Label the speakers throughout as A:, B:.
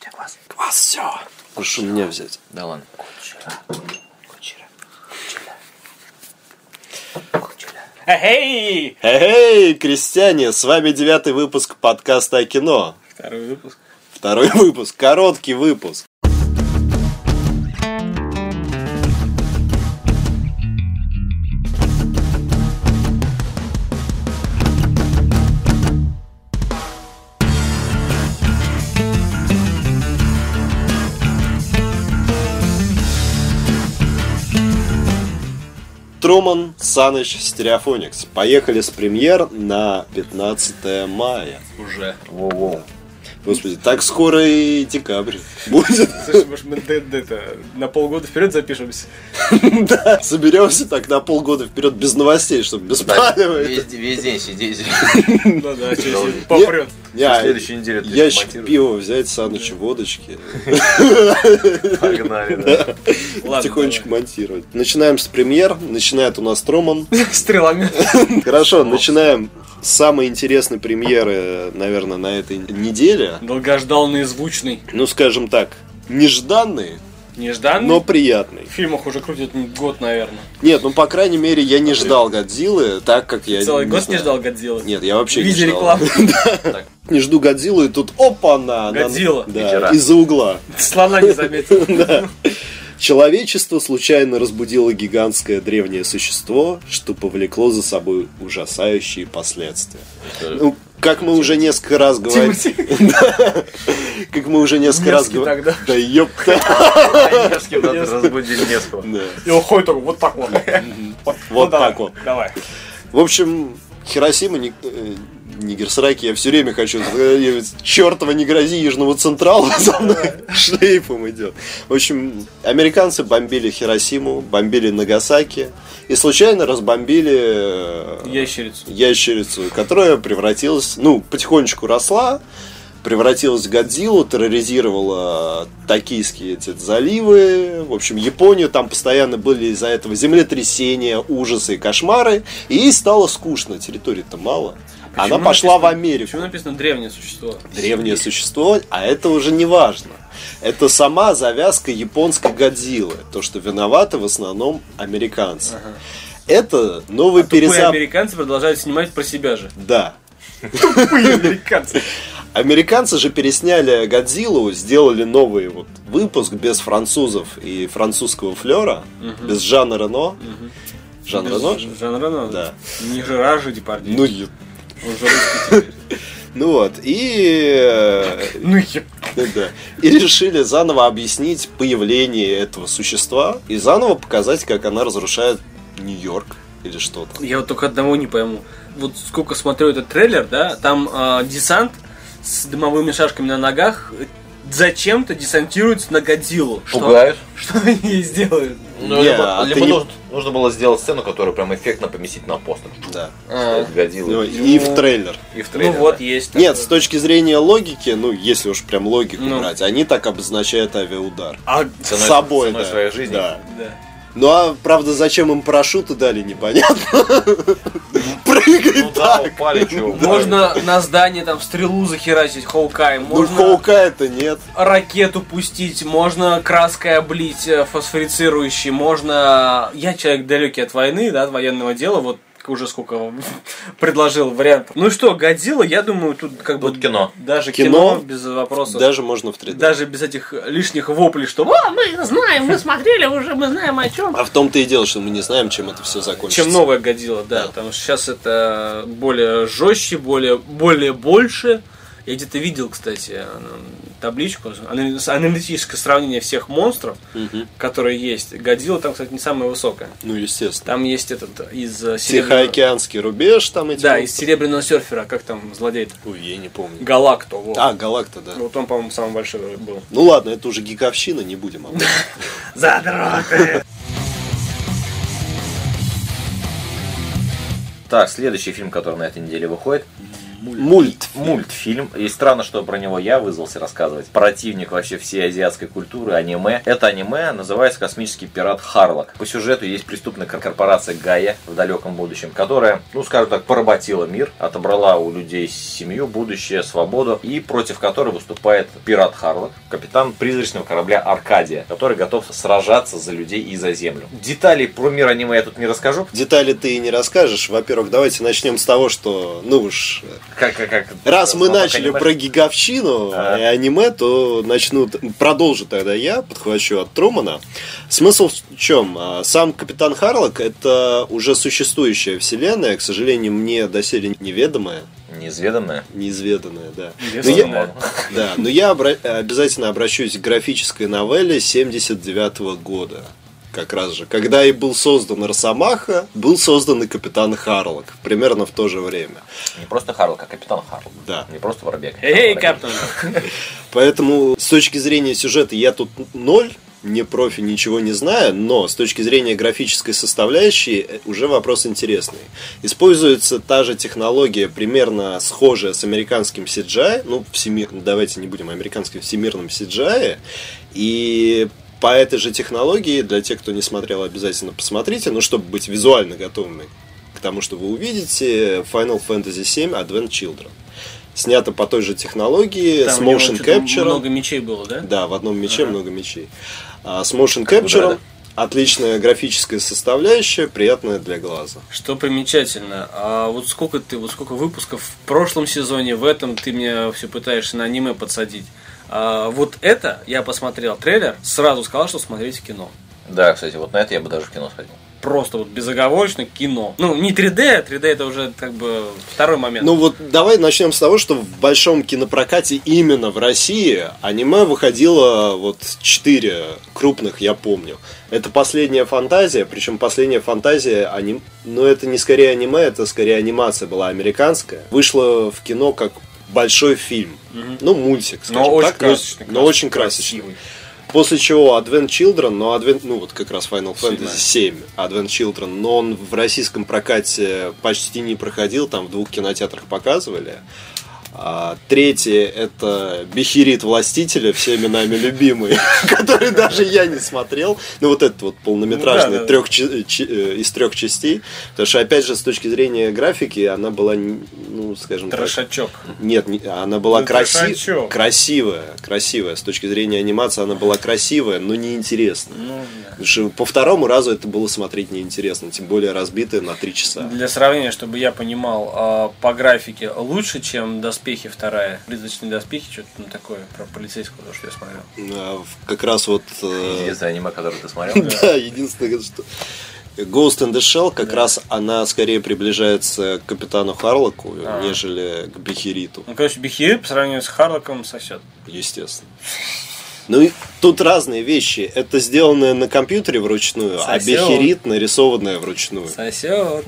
A: Квас. Квас, все.
B: Прошу меня взять.
C: Да ладно.
A: Эй!
B: Эй, крестьяне, с вами девятый выпуск подкаста о кино.
A: Второй выпуск.
B: Второй выпуск, короткий выпуск. Труман, Саныч, Стереофоникс. Поехали с премьер на 15 мая.
C: Уже.
B: Воу-воу. Господи, так скоро и декабрь будет.
A: Слушай, может мы д- д- это, на полгода вперед запишемся?
B: Да, соберемся так на полгода вперед без новостей, чтобы без палева.
C: весь, весь день сидеть.
A: Ну да, через попрет.
B: Я-
C: На следующей неделе ты
B: Ящик
C: монтируешь.
B: пива взять, Саныч, водочки.
C: Погнали, да.
A: Ладно,
B: Потихонечку монтировать. Начинаем с премьер. Начинает у нас Троман.
A: давай. Стрелами.
B: Хорошо, начинаем с самой интересной премьеры, наверное, на этой неделе.
A: Долгожданный звучный.
B: Ну, скажем так, нежданный,
A: Нежданный.
B: но приятный.
A: В фильмах уже крутят год, наверное.
B: Нет, ну, по крайней мере, я не ждал Годзиллы, так как я...
A: Целый год не
B: знаю.
A: ждал Годзиллы.
B: Нет, я вообще не
A: Видя
B: ждал.
A: рекламу.
B: Не жду Годзиллу, и тут опа-на! она-
A: Годзилла.
B: Да,
C: Вечера.
B: из-за угла.
A: Слона не заметил.
B: Человечество случайно разбудило гигантское древнее существо, что повлекло за собой ужасающие последствия. Ну, как мы уже несколько раз говорили...
A: Тимати.
B: Как мы уже несколько раз
A: Невский
B: говорили...
A: тогда.
B: Да ёпта!
C: Невский надо разбудить Невского.
B: Да.
A: И уходит такой, вот так вот.
B: Вот
A: давай,
B: так вот.
A: Давай.
B: В общем, Хиросима, Ни- э, Нигерсраки, я все время хочу сказать, чертова не грози Южного Централа за мной шлейфом идет. В общем, американцы бомбили Хиросиму, бомбили Нагасаки и случайно разбомбили э,
A: Ящерицу.
B: ящерицу, которая превратилась, ну, потихонечку росла, превратилась в Годзиллу, терроризировала токийские эти заливы, в общем, Японию, там постоянно были из-за этого землетрясения, ужасы и кошмары, и ей стало скучно, территории-то мало. Она
A: А Почему
B: пошла в
A: написано-
B: Америку.
A: Почему написано древнее существо?
B: Древнее существо, а это уже не важно. Это сама завязка японской Годзиллы, то, что виноваты в основном американцы. Это новый
A: А Тупые
B: перезапуск.
A: американцы продолжают снимать про себя же.
B: Да,
A: Тупые американцы.
B: Американцы же пересняли Годзиллу, сделали новый вот выпуск без французов и французского флера, без Жана Рено. Жан Рено? же?
A: Жан Рено.
B: Да.
A: Не Жерар же Депардье.
B: Ну, е-
A: Он же русский теперь.
B: ну вот, и, э,
A: Ну еб...
B: да. и решили заново объяснить появление этого существа и заново показать, как она разрушает Нью-Йорк или что-то.
A: Я вот только одного не пойму. Вот сколько смотрю этот трейлер, да, там а, десант с дымовыми шашками на ногах э, зачем-то десантируется на Годзиллу. Что-
C: Пугают?
A: Что они ей сделают?
C: Ну,
B: Не,
C: либо,
B: а
C: либо
B: ты не-
C: нужно, нужно было сделать сцену, которую прям эффектно поместить на постер.
B: Да.
C: Кстати, годилось.
B: Ну, и в трейлер.
C: И в
A: Ну
C: трейлер.
A: вот,
C: да.
A: есть.
B: Нет,
A: такое.
B: с точки зрения логики, ну, если уж прям логику
A: Ну.
B: брать, они так обозначают авиаудар.
A: А,
B: С
C: Ценой-
B: собой,
C: ценой
B: да.
C: своей жизни.
B: Да.
A: да.
B: Ну а правда, зачем им парашюты дали, непонятно. Прыгай
C: Ну да,
B: так.
C: упали, чего.
A: Можно на здание там стрелу захерачить Хоукаем,
B: Ну
A: можно
B: Хоукая-то нет.
A: ракету пустить, можно краской облить э, фосфорицирующей, можно... э, Я человек далекий от войны, да, от военного дела, вот уже сколько вам предложил вариантов. Ну что, Годзилла, я думаю, тут как бы...
C: Тут кино.
A: Даже кино,
B: Кино.
A: без вопросов.
B: Даже можно в 3D.
A: Даже без этих лишних воплей, что «О, мы знаем, мы смотрели уже, мы знаем о чем».
B: А в том-то и дело, что мы не знаем, чем это все закончится.
A: Чем новая годила, да.
B: Да.
A: Потому что сейчас это более жестче, более, более больше. Я где-то видел, кстати, э, табличку, анали- с- аналитическое сравнение всех монстров,
B: Мгм.
A: которые есть. Годзилла там, кстати, не самая высокая.
B: Ну, естественно.
A: Там есть этот из э, серебряного...
B: Тихоокеанский рубеж там эти.
A: Да,
B: вот.
A: из серебряного серфера, как там злодей
B: Ой, я не помню.
A: Галакто, вот.
B: А, Галакта, да.
A: Вот он, по-моему, самый большой был.
B: Ну ладно, это уже гиковщина, не будем об этом.
A: Задроты!
C: Так, следующий фильм, который на этой неделе выходит.
B: Мульт.
C: Мультфильм. И странно, что про него я вызвался рассказывать. Противник вообще всей азиатской культуры, аниме. Это аниме называется «Космический пират Харлок». По сюжету есть преступная кор- корпорация Гая в далеком будущем, которая, ну скажем так, поработила мир, отобрала у людей семью, будущее, свободу, и против которой выступает пират Харлок, капитан призрачного корабля Аркадия, который готов сражаться за людей и за землю. Деталей про мир аниме я тут не расскажу.
B: Детали ты и не расскажешь. Во-первых, давайте начнем с того, что, ну уж,
C: Как, как, как-
B: раз мы
C: Слабак
B: начали
C: аниме.
B: про гигавщину
C: Да.
B: и аниме, то начнут, продолжу тогда я, подхвачу от Трумана. Смысл в чем? А, Сам Капитан Харлок это уже существующая вселенная, к сожалению, мне доселе неведомая,
C: Неизведанное.
B: неизведанная, да. Но Ну, я-
A: Известно.
B: Да, но я обра- обязательно обращусь к графической новелле 79 года. Как раз же, когда и был создан Росомаха, был создан и Капитан Харлок. Примерно в то же время.
C: Не просто Харлок, а капитан Харлок.
B: Да.
C: Не просто Воробек.
B: Э,
A: Эй,
C: Воробек.
A: капитан.
B: Поэтому с точки зрения сюжета я тут ноль, не профи, ничего не знаю, но с точки зрения графической составляющей э, уже вопрос интересный. Используется та же технология, примерно схожая с американским CGI, ну, всемир... давайте не будем американским, всемирным CGI, и по этой же технологии, для тех, кто не смотрел, обязательно посмотрите, ну, чтобы быть визуально готовыми к тому, что вы увидите, Final Fantasy VII Advent Children. Снято по той же технологии,
A: Там
B: с
A: у него
B: motion
A: что-то
B: capture.
A: Много мечей было, да?
B: Да, в одном мече
A: Ага.
B: много мечей. А с motion
C: Кудра,
B: capture
C: да?
B: отличная графическая составляющая, приятная для глаза.
A: Что примечательно, а вот сколько ты, вот сколько выпусков в прошлом сезоне, в этом ты меня все пытаешься на аниме подсадить. А вот это я посмотрел трейлер, сразу сказал, что смотреть кино.
C: Да, кстати, вот на это я бы даже в кино сходил.
A: Просто вот безоговорочно кино. Ну, не 3D, а 3D это уже как бы второй момент.
B: Ну вот давай начнем с того, что в большом кинопрокате именно в России аниме выходило вот четыре крупных, я помню. Это последняя фантазия, причем последняя фантазия, аним... но это не скорее аниме, это скорее анимация была американская. Вышла в кино как большой фильм. Ну, мультик, скажем
A: но очень
B: так, но-
A: красочный.
B: но очень красочный. После чего Advent Children, но Advent, ну вот как раз Final Fantasy 7, Advent Children, но он в российском прокате почти не проходил, там в двух кинотеатрах показывали. А, третье это Бехирит Властителя, всеми нами любимый, который даже я не смотрел. Ну вот этот вот
A: Ну да,
B: полнометражный
A: да.
B: трёх чи- чи- э, из трех частей. Потому что опять же с точки зрения графики она была, н- ну скажем так,
A: Трошачок.
B: нет, не- она была
A: Ну,
B: краси-
A: трошачок.
B: красивая, красивая. С точки зрения анимации она была красивая, но неинтересная.
A: Ну,
B: Потому что по второму разу это было смотреть неинтересно, тем более разбитое на три часа.
A: Для сравнения, чтобы я понимал, а, по графике лучше, чем доспехи вторая. Призрачные доспехи, что-то там такое, про полицейского, то, что я смотрел.
B: А, в- Как раз вот... э,
C: Единственное аниме, которое ты смотрел.
B: Да, единственное, что... Ghost in the Shell как раз она скорее приближается к Капитану Харлоку,
A: А.
B: нежели к Бехериту.
A: Ну, короче, Бехир по сравнению с Харлоком сосет.
B: естественно. Ну и тут разные вещи. Это сделанное на компьютере вручную, а
A: Сосёт.
B: бехерит нарисованное вручную.
A: Сосет.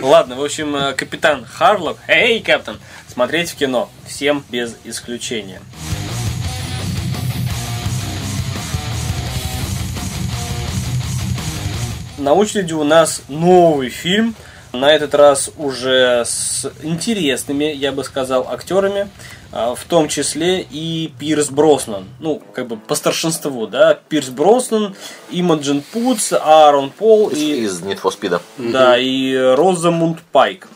A: Ладно, в общем, э, капитан Харлок, эй, капитан, смотреть в кино. Всем без исключения. На очереди у нас новый фильм. На этот раз уже с интересными, я бы сказал, актерами, а, в том числе и Пирс Броснан. Ну, как бы по старшинству, да. Пирс Броснан, Имаджин Путс, Аарон Пол и...
C: Из Need for Speed.
A: Да, и Розамунд Пайк.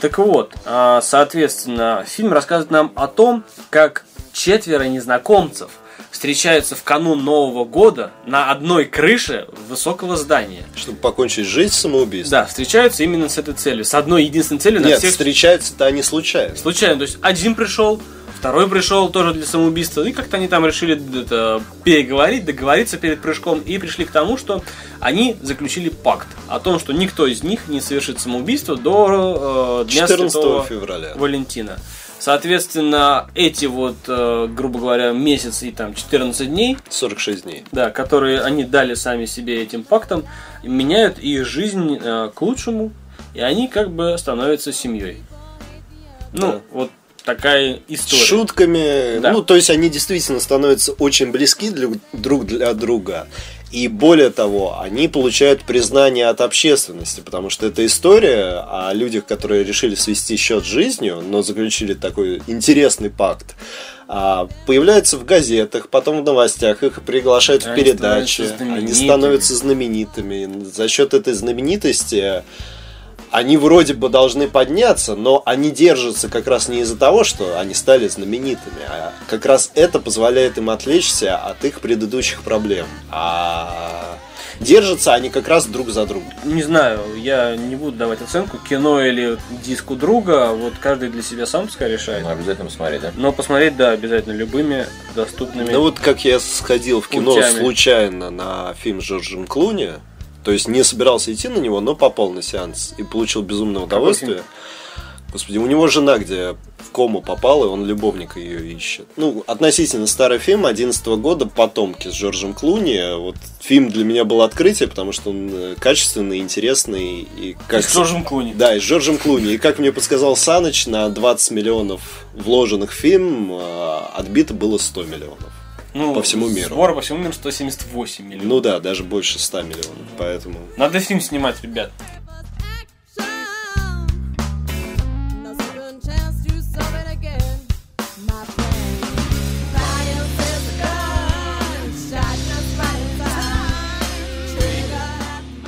A: Так вот, а, соответственно, фильм рассказывает нам о том, как четверо незнакомцев встречаются в канун Нового года на одной крыше высокого здания.
B: Чтобы покончить жизнь самоубийством.
A: Да, встречаются именно с этой целью, с одной единственной целью на
B: Нет,
A: всех
B: встречаются-то они случайно.
A: случайно. То есть один пришел, второй пришел тоже для самоубийства. И как-то они там решили это, переговорить, договориться перед прыжком. И пришли к тому, что они заключили пакт о том, что никто из них не совершит самоубийство до э, дня
B: 14
A: Святого
B: февраля.
A: Валентина. Соответственно, эти вот, э, грубо говоря, месяц и там 14 дней
B: 46 дней.
A: да, которые они дали сами себе этим пактом, меняют их жизнь э, к лучшему, и они как бы становятся семьей. Ну,
B: Да.
A: вот такая
B: С
A: история.
B: шутками.
A: Да.
B: Ну, то есть они действительно становятся очень близки для- друг для друга. И более того, они получают признание от общественности, потому что это история о людях, которые решили свести счет с жизнью, но заключили такой интересный пакт. А, появляются в газетах, потом в новостях, их приглашают в
A: Они
B: передачи,
A: становятся
B: они
A: знаменитыми.
B: становятся знаменитыми. За счет этой знаменитости они вроде бы должны подняться, но они держатся как раз не из-за того, что они стали знаменитыми, а как раз это позволяет им отвлечься от их предыдущих проблем. А держатся они как раз друг за другом.
A: Не знаю, я не буду давать оценку кино или диску друга, а вот каждый для себя сам пускай решает.
C: Ну, обязательно посмотреть, да?
A: Но посмотреть, да, обязательно любыми доступными.
B: Ну вот как я сходил в кино
A: Путями.
B: случайно на фильм с Джорджем Клуни, то есть не собирался идти на него, но попал на сеанс и получил безумное удовольствие. Господи, у него жена, где в кому попала, и он любовника ее ищет. Ну, относительно старый фильм 11 года «Потомки» с Джорджем Клуни. Вот фильм для меня был открытие, потому что он э, качественный, интересный. И как...
A: с Джорджем Клуни.
B: Да, и с Джорджем Клуни. И как мне подсказал Саныч, на 20 миллионов вложенных в фильм э, отбито было 100 миллионов.
A: Ну,
B: по всему миру.
A: Сбор по всему миру 178 миллионов.
B: Ну да, даже больше 100 миллионов, поэтому...
A: Надо фильм снимать, ребят.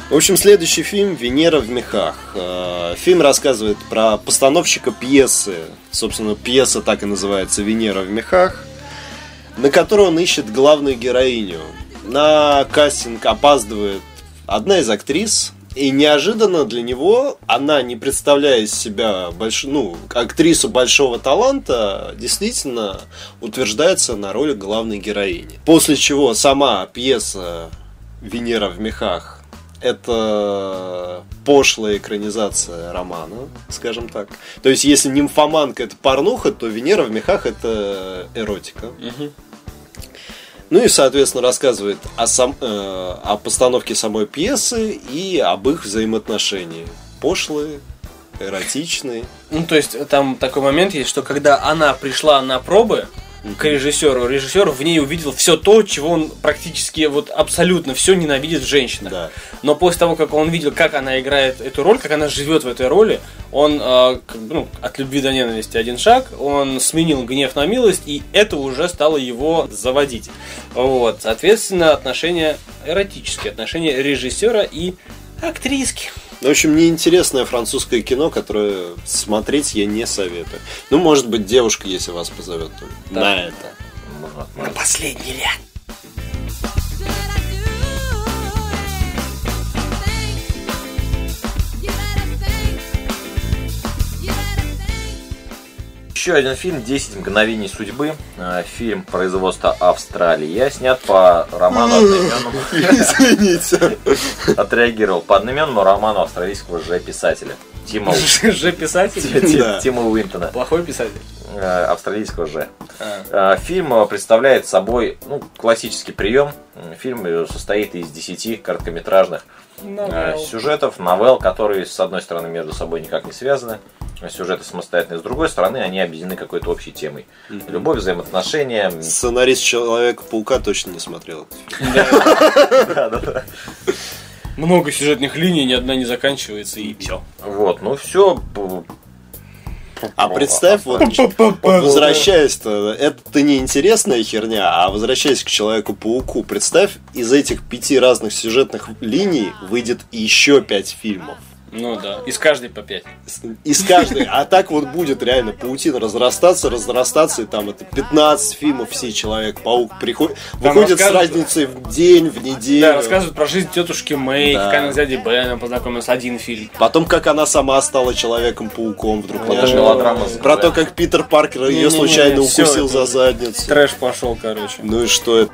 B: В общем, следующий фильм «Венера в мехах». Э, Фильм рассказывает про постановщика пьесы. Собственно, пьеса так и называется «Венера в мехах», на которой он ищет главную героиню. На кастинг опаздывает одна из актрис, и неожиданно для него она, не представляя из себя больш... ну, актрису большого таланта, действительно утверждается на роли главной героини. После чего сама пьеса «Венера в мехах» это пошлая экранизация романа, скажем так. То есть, если нимфоманка это порнуха, то Венера в мехах это эротика. Ну и, соответственно, рассказывает о, сам, э, о постановке самой пьесы и об их взаимоотношении. Пошлые, эротичные.
A: Ну, то есть, там такой момент есть, что когда она пришла на пробы к режиссеру, режиссер в ней увидел все то, чего он практически вот абсолютно все ненавидит в женщинах.
B: Да.
A: Но после того, как он видел, как она играет эту роль, как она живет в этой роли, он э, как бы, ну, от любви до ненависти один шаг, он сменил гнев на милость, и это уже стало его заводить. Вот, соответственно, отношения эротические, отношения режиссера и актриски.
B: Ну, В общем, неинтересное французское кино, которое смотреть я не советую. Ну, может быть, девушка, если вас позовет то
A: Да.
B: на это.
C: Можно.
A: Последний ряд.
C: Еще один фильм «10 мгновений судьбы». Э, Фильм производства Австралия. Снят по роману одноименному.
B: Извините.
C: Отреагировал по одноименному роману австралийского же писателя. Тима,
A: Же
C: Ти-
A: писатель.
B: Да.
C: Ти- Тима Уинтона.
A: Плохой писатель.
C: Э, Австралийского же.
A: А.
C: Э, Фильм э, представляет собой ну, классический прием. М, Фильм э, состоит из 10 короткометражных
A: А,
C: э, сюжетов, новелл, которые, с одной стороны, между собой никак не связаны. э, Сюжеты самостоятельные, с другой стороны, они объединены какой-то общей темой. Любовь, взаимоотношения. м,
B: Сценарист Человека-паука точно не смотрел.
C: да-да-да.
A: Много сюжетных линий, ни одна не заканчивается, и все.
C: Вот, ну все.
B: А представь, вот, вот возвращаясь-то, это неинтересная херня, а возвращаясь к Человеку-пауку, представь, из этих пяти разных сюжетных линий выйдет еще пять фильмов.
A: Ну да, из каждой по пять.
B: С- Из каждой. А так вот будет реально паутина разрастаться, разрастаться, и там это 15 фильмов все Человек-паук приходит,
A: Там
B: выходит с
A: рассказывают-
B: разницей в день, в неделю.
A: ну Да, рассказывают про жизнь тетушки Мэй,
B: Да.
A: как она с дядей Беном познакомилась, один фильм.
B: Потом, как она сама стала Человеком-пауком вдруг
C: Вот это
B: неожиданно.
C: мелодрама.
B: Про то, как Питер Паркер ее
A: Не-не-не,
B: случайно
A: всё,
B: укусил
A: это-
B: за задницу.
A: Трэш пошел, короче.
B: Ну и что это?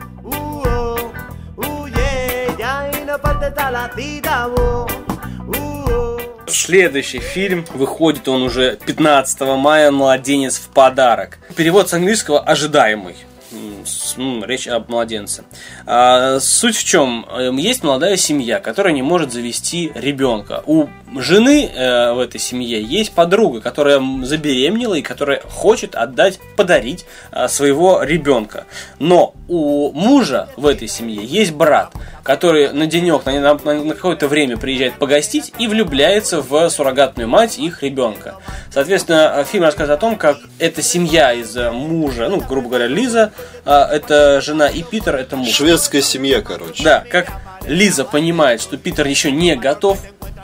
A: Следующий фильм выходит он уже 15 мая «Младенец в подарок». Перевод с английского «ожидаемый». М, с- м, Речь об младенце. Эм, А, суть в чем? Есть молодая семья, которая не может завести ребенка. У жены э, в этой семье есть подруга, которая м, забеременела и которая хочет отдать, подарить э, своего ребенка. Но у мужа в этой семье есть брат, который на денек, на, на- на какое-то время приезжает погостить и влюбляется в суррогатную мать их ребенка. Соответственно, э, фильм рассказывает о том, как эта семья из э, мужа, ну, грубо говоря, Лиза, э, это жена, и Питер, это муж.
B: Шведская семья, короче.
A: Ну, Да, как Лиза понимает, что Питер еще не готов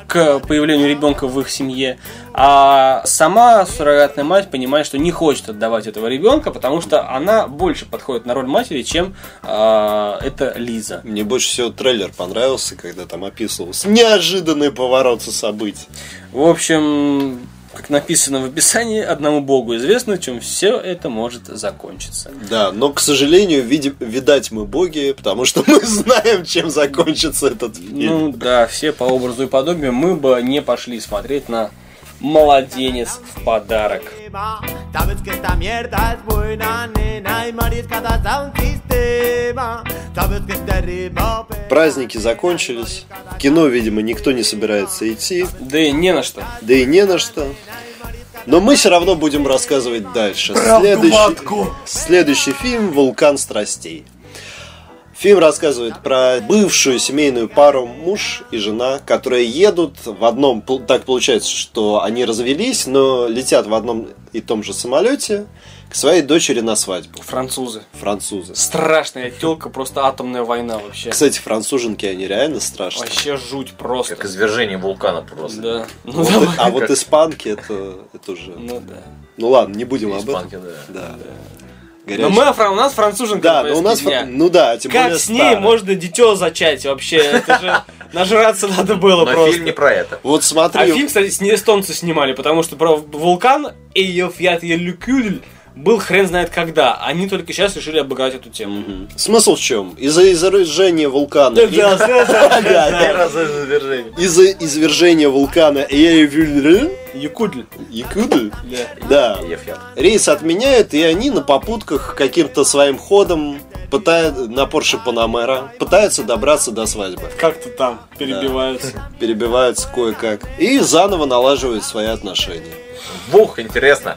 A: к появлению ребенка в их семье, а сама суррогатная мать понимает, что не хочет отдавать этого ребенка, потому что она больше подходит на роль матери, чем э, это Лиза.
B: Мне больше всего трейлер понравился, когда там описывался неожиданный поворот событий.
A: В общем, как написано в описании, одному богу известно, чем все это может закончиться.
B: Да, но, к сожалению, види- видать мы боги, потому что мы знаем, чем закончится этот фильм.
A: Ну да, все по образу и подобию мы бы не пошли смотреть на «Младенец в подарок».
D: problema. Sabes que esta mierda es buena, nena, y mariscadas a un sistema. Sabes que este ritmo...
B: Праздники закончились, в кино, видимо, никто не собирается идти,
A: Да и не на что.
B: да и не на что. Но мы все равно будем рассказывать дальше. Следующий, следующий фильм «Вулкан страстей». Фильм рассказывает про бывшую семейную пару муж и жена, которые едут в одном... пол- Так получается, что они развелись, но летят в одном и том же самолете к своей дочери на свадьбу.
A: Французы.
B: Французы.
A: Страшная телка, просто атомная война вообще.
B: Кстати, француженки, они реально страшные.
A: Вообще жуть просто.
C: Как извержение вулкана просто.
A: Да. Ну,
B: Вот
A: давай.
B: и- а вот испанки, это, это уже...
A: Ну да.
B: Ну ладно, не будем об этом. Ну,
C: Испанки, да.
B: Да.
A: Но
B: Горячий.
A: мы, фран- у нас француженка
B: Да,
A: на
B: но у
A: повестке
B: нас...
A: дня.
B: фра- Ну да, тем
A: Как
B: более
A: с ней
B: старая.
A: можно дитё зачать вообще? Это же нажраться надо было
C: Но
A: просто.
C: фильм не про это.
B: Вот смотри,
A: А фильм, кстати, с- эстонцы снимали, потому что про вулкан Эйофьят Елюкюль был хрен знает когда. Они только сейчас решили обыграть эту тему.
B: смысл в чем? Из-за извержения вулкана.
A: Да,
B: и-
A: да, да, да, да.
B: Да, да.
C: Раз извержение.
B: Из-за извержения вулкана Эйвюльры,
A: Якутль.
B: Якуты, да,
A: Да.
C: Ефьян.
B: рейс отменяют, и они на попутках каким-то своим ходом пытают, на Порше Панамера пытаются добраться до свадьбы.
A: Как-то там перебиваются.
B: Перебиваются кое-как. И заново налаживают свои отношения.
C: Бух, интересно.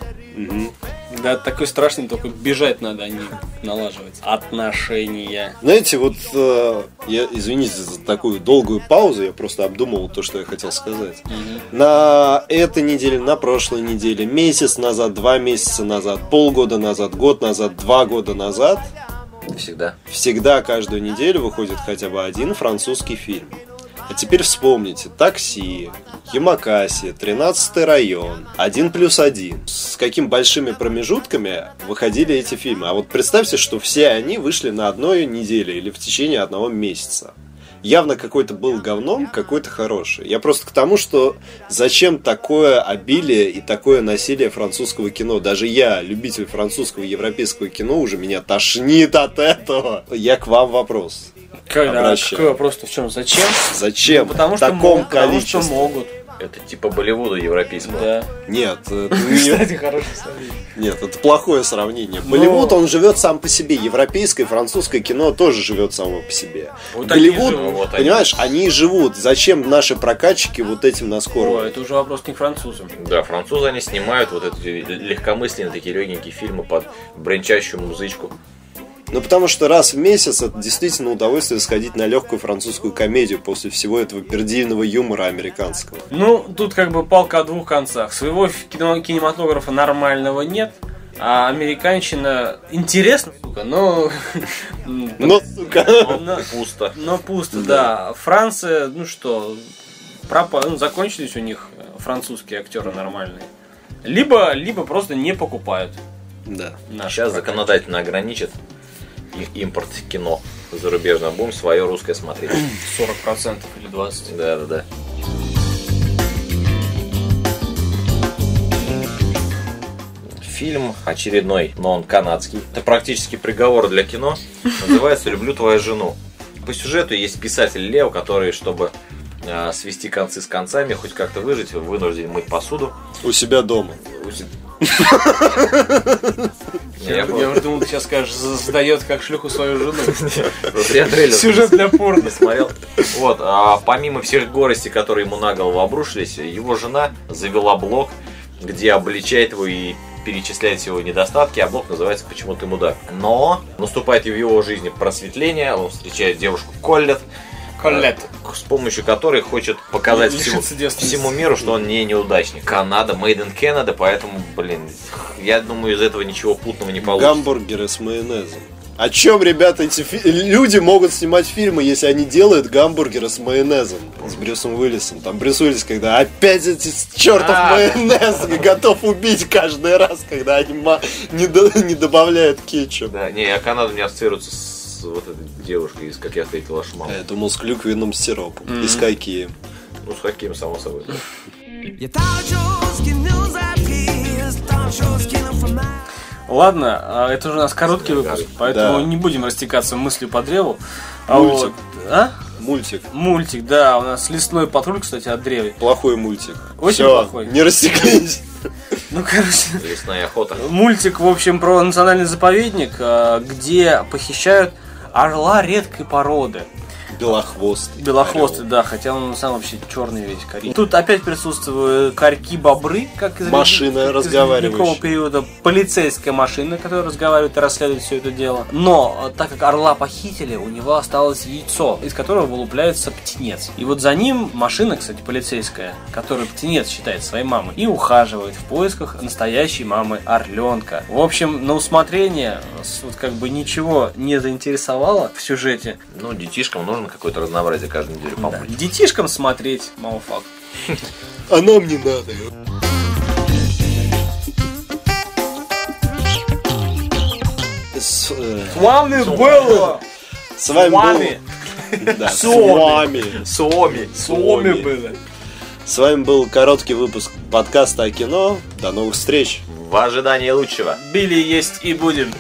A: Да, такой страшный, только бежать надо, а не налаживать. Отношения.
B: Знаете, вот э, я извините за такую долгую паузу, я просто обдумывал то, что я хотел сказать. На этой неделе, на прошлой неделе, месяц назад, два месяца назад, полгода назад, год назад, два года назад,
C: Всегда.
B: всегда каждую неделю выходит хотя бы один французский фильм. А теперь вспомните «Такси», «Ямакаси», «13 район», «Один плюс один». С какими большими промежутками выходили эти фильмы. А вот представьте, что все они вышли на одной неделе или в течение одного месяца. Явно какой-то был говном, какой-то хороший. Я просто к тому, что зачем такое обилие и такое насилие французского кино? Даже я, любитель французского и европейского кино, уже меня тошнит от этого. Я к вам вопрос.
A: Когда,
B: Обращаю.
A: а какой вопрос в чем? Зачем?
B: Зачем
A: Ну, Потому
B: в
A: что,
B: таком
A: могут, потому что
B: количестве?
A: могут.
C: Это типа Болливуда европейского.
A: Да.
B: Нет, это не-
A: хороший совет.
B: нет, это плохое сравнение. Болливуд, он живет сам по себе. Европейское, французское кино тоже живет само по себе.
A: Вот
B: Голливуд,
A: они живут,
C: вот они.
B: понимаешь, они и живут. Зачем наши прокачки вот этим на
A: Ой,
B: скорую?
A: это уже вопрос не к французам.
C: Да, французы они снимают вот эти легкомысленные такие легенькие фильмы под бренчащую музычку.
B: Ну, потому что раз в месяц это действительно удовольствие сходить на легкую французскую комедию после всего этого пердильного юмора американского.
A: Ну, тут как бы палка о двух концах. Своего ф- кино- кинематографа нормального нет, а американщина интересна, сука, но...
B: Ну, сука.
A: но-
C: Пусто.
A: Но пусто, да. Франция, ну что, пропа... ну, закончились у них э, французские актеры нормальные. Либо, либо просто не покупают
B: Да.
A: наши.
C: Сейчас законодательно ограничат и- импорт кино зарубежное. Будем свое русское смотреть.
A: 40% или 20%.
C: Да, да, да. Фильм очередной, но он канадский. Это практически приговор для кино. Называется «Люблю твою жену». По сюжету есть писатель Лео, который, чтобы э, свести концы с концами, хоть как-то выжить, вынужден мыть посуду.
B: У себя дома.
C: Я
A: Я
C: понял.
A: уже думал, ты сейчас скажешь, за- сдает как шлюху свою жену.
C: Просто я трейлер
A: Сюжет для порно.
C: не смотрел. Вот, а помимо всех горестей, которые ему на голову обрушились, его жена завела блог, где обличает его и перечисляет его недостатки, а блог называется «Почему ты мудак?». Но наступает в его жизни просветление, он встречает девушку Коллет,
A: Коллет.
C: к- с помощью которой хочет показать всему,
A: Лишиться девственности.
C: всему миру, что он не неудачник. Канада, Made in Canada, поэтому, блин, я думаю, из этого ничего путного не получится.
B: Гамбургеры с майонезом. О чем, ребята, эти фи- люди могут снимать фильмы, если они делают гамбургеры с майонезом? С Брюсом Уиллисом. Там Брюс Уиллис, когда опять эти с- чертов
C: А,
B: майонез готов убить каждый раз, когда они ма- не, до- не добавляют кетчуп.
C: Да, не, а Канада не ассоциируется с вот этой девушкой, из как я встретил вашу маму.
B: А Я думал, с клюквенным сиропом. И с какие?
C: Ну, с хоккеем, само собой. да.
E: You thought your skin news at peace, thought your skin from my
A: Ладно, а это же у нас короткий выпуск, поэтому
B: Да.
A: не будем растекаться мыслью по древу. А
B: Мультик.
A: вот- а?
B: Мультик.
A: Мультик, да, у нас лесной патруль, кстати, от древе.
B: Плохой мультик.
A: Очень
B: Всё,
A: плохой.
B: Не растеклись.
A: Ну, короче,
C: Лесная охота.
A: мультик, в общем, про национальный заповедник, а, где похищают орла редкой породы.
B: Белохвостый.
A: Белохвостый, да, хотя он сам вообще черный весь коричневый. Тут опять присутствуют корьки-бобры, как из
B: Машина
A: ледник- из
B: разговаривающая.
A: ледникового периода, полицейская машина, которая разговаривает и расследует все это дело. Но э, так как орла похитили, у него осталось яйцо, из которого вылупляется птенец. И вот за ним машина, кстати, полицейская, которую птенец считает своей мамой, и ухаживает в поисках настоящей мамы орленка. В общем, на усмотрение э, с- вот как бы ничего не заинтересовало в сюжете.
C: Ну, детишкам нужно какое-то разнообразие каждую неделю
A: Да,
C: помыть.
A: Детишкам смотреть, мауфак.
B: А нам не надо. С, э,
A: С вами было!
B: с вами
A: вами.
B: был... Да, с
A: вами.
B: вами.
C: Суоми!
A: С вами было!
B: С вами был короткий выпуск подкаста о кино. До новых встреч.
C: В ожидании лучшего.
A: Били есть и будем.